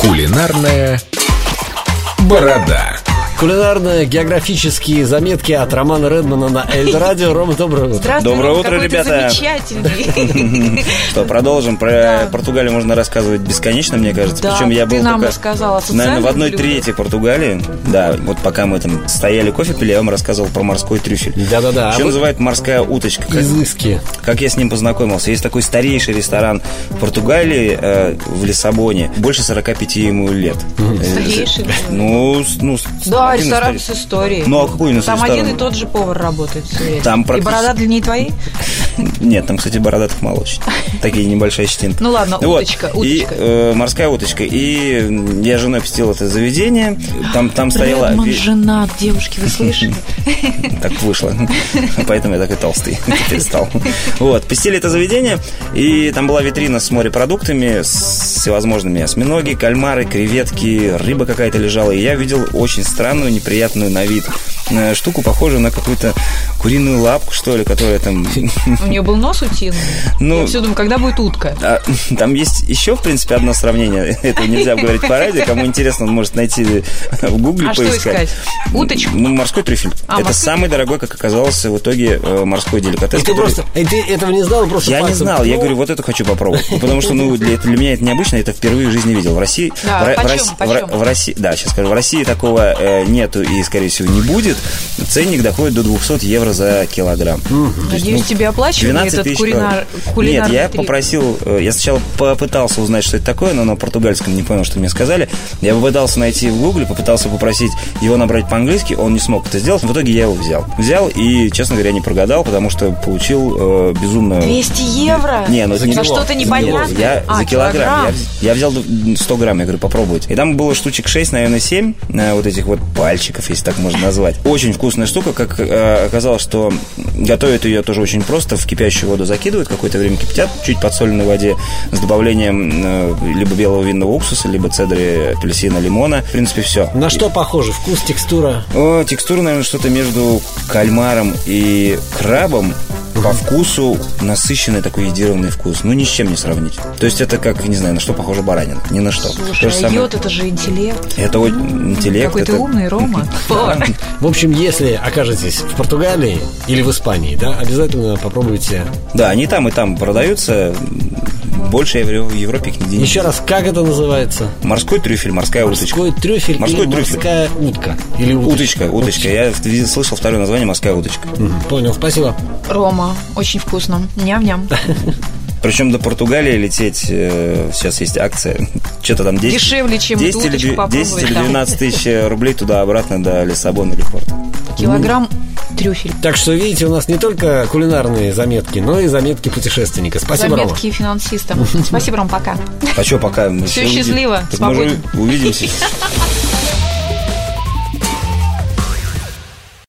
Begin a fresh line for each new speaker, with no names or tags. Кулинарная борода.
Кулинарные географические заметки от Романа Редмана на Эльдорадио. Рома, доброе утро.
Здравствуй,
Доброе
Ром,
утро,
какой ты
ребята.
замечательный.
Что, продолжим. Про Португалию можно рассказывать бесконечно, мне кажется.
Да,
Причем я
ты
был
нам
пока,
рассказал о социальных
наверное, в одной
блюдах.
трети Португалии. Да, вот пока мы там стояли кофе пили, я вам рассказывал про морской трюфель.
Да-да-да. А
Еще
вот-
называют морская уточка. Как,
Изыски.
как я с ним познакомился. Есть такой старейший ресторан в Португалии, э, в Лиссабоне. Больше 45 ему лет. Э,
Старейший?
Ну, с- ну, с-
Да,
один из
ресторан
старейших.
с историей.
Ну, а какой у нас
Там
ресторан?
один и тот же повар работает все время.
Там
И
практически-
борода длиннее твоей?
Нет, там, кстати, бородатых мало очень. Такие небольшая щетинка.
Ну ладно,
Вот.
уточка,
И,
уточка.
э, морская уточка. И м, я с женой посетил это заведение. Там, там стояла...
Редман
ви-
женат, девушки, вы слышали?
Так вышло. Поэтому я такой толстый. Теперь стал. Вот. Посетили это заведение. И там была витрина с морепродуктами, с всевозможными осьминоги, кальмары, креветки, рыба какая-то лежала. И я видел очень странную, неприятную на вид э, штуку, похожую на какую-то куриную лапку, что ли, которая там...
У нее был нос утиный.
Ну,
Я все думаю, когда будет утка?
А, там есть еще, в принципе, одно сравнение. Это нельзя говорить по радио. Кому интересно, он может найти в гугле
А что
поискать.
искать? Уточку?
Ну, морской трюфель.
А,
это
морской
самый дорогой, как оказалось, в итоге э, морской деликатес.
И Ну, ты
который-
просто... И ты этого не знал, просто
Я не
пальцем
знал, я
ткнул.
говорю, вот это хочу попробовать. Ну, Потому что, ну, для, для меня это необычно, я это впервые в жизни видел. В России,
Да,
в, Ро- в
почем,
России- в
почем?
Ро- в России, да, сейчас скажу, в России такого э, нету и, скорее всего, не будет. Ценник доходит до 200 евро за килограмм. То есть,
Надеюсь,
ну,
тебе оплачивали
12
этот
тысяч
кулинар...
килограмм. Нет,
кулинарный
я
трюк?
попросил, э, я сначала попытался узнать, что это такое, но на португальском не понял, что мне сказали. Я попытался найти в гугле, попытался попросить его набрать по-английски, он не смог это сделать, в итоге я его взял. Взял и, честно говоря, не прогадал, потому что получил э, безумно...
200 евро?
Не, ну это
За
не
За
кило.
что-то
За
непонятное?
я
А,
за килограмм. Я, вз- я взял д- 100 грамм, я говорю, попробуйте. И там было штучек 6, наверное, 7 э, вот этих вот пальчиков, если так можно назвать. Очень вкусная штука, как э, оказалось, что готовят ее тоже очень просто. В кипящую воду закидывают, какое-то время кипятят, чуть подсоленной воде с добавлением э, либо белого винного уксуса, либо цедры апельсина, лимона. В принципе, все.
На что похоже? Вкус, текстура?
О, текстура, наверное, что-то между кальмаром и крабом. По вкусу насыщенный такой едированный вкус. Ну, ни с чем не сравнить. То есть это как, не знаю, на что похоже баранина. Ни на что. То же
Слушай, а
самое.
йод это же интеллект.
Это вот интеллект.
Какой ты
это-
умный, Рома. Повар.
В общем, если окажетесь в Португалии или в Испании, да, обязательно попробуйте.
Да, они там и там продаются. Больше я говорю, в Европе их нигде не
Еще раз, как это называется?
Морской трюфель, морская уточка.
Морской трюфель
Морской
или
трюфель.
морская утка? Или
Уточка, уточка. Я в- слышал второе название морская уточка.
Мгм, Понял, спасибо.
Рома, очень вкусно. Ням-ням.
Ну. Причем до Португалии лететь э, сейчас есть акция. Что-то там 10,
Дешевле, чем эту
10 или,
уточку
дв- 10 или
попробовать, да.
12 тысяч рублей туда-обратно до Лиссабона или Порта.
Килограмм трюфель.
Так что, видите, у нас не только кулинарные заметки, но и заметки путешественника. Спасибо, Рома.
Заметки финансиста. Спасибо, Ром, пока.
А что пока? Мы
Всё
ещё
счастливо,
Так мы же
свободен.
увидимся.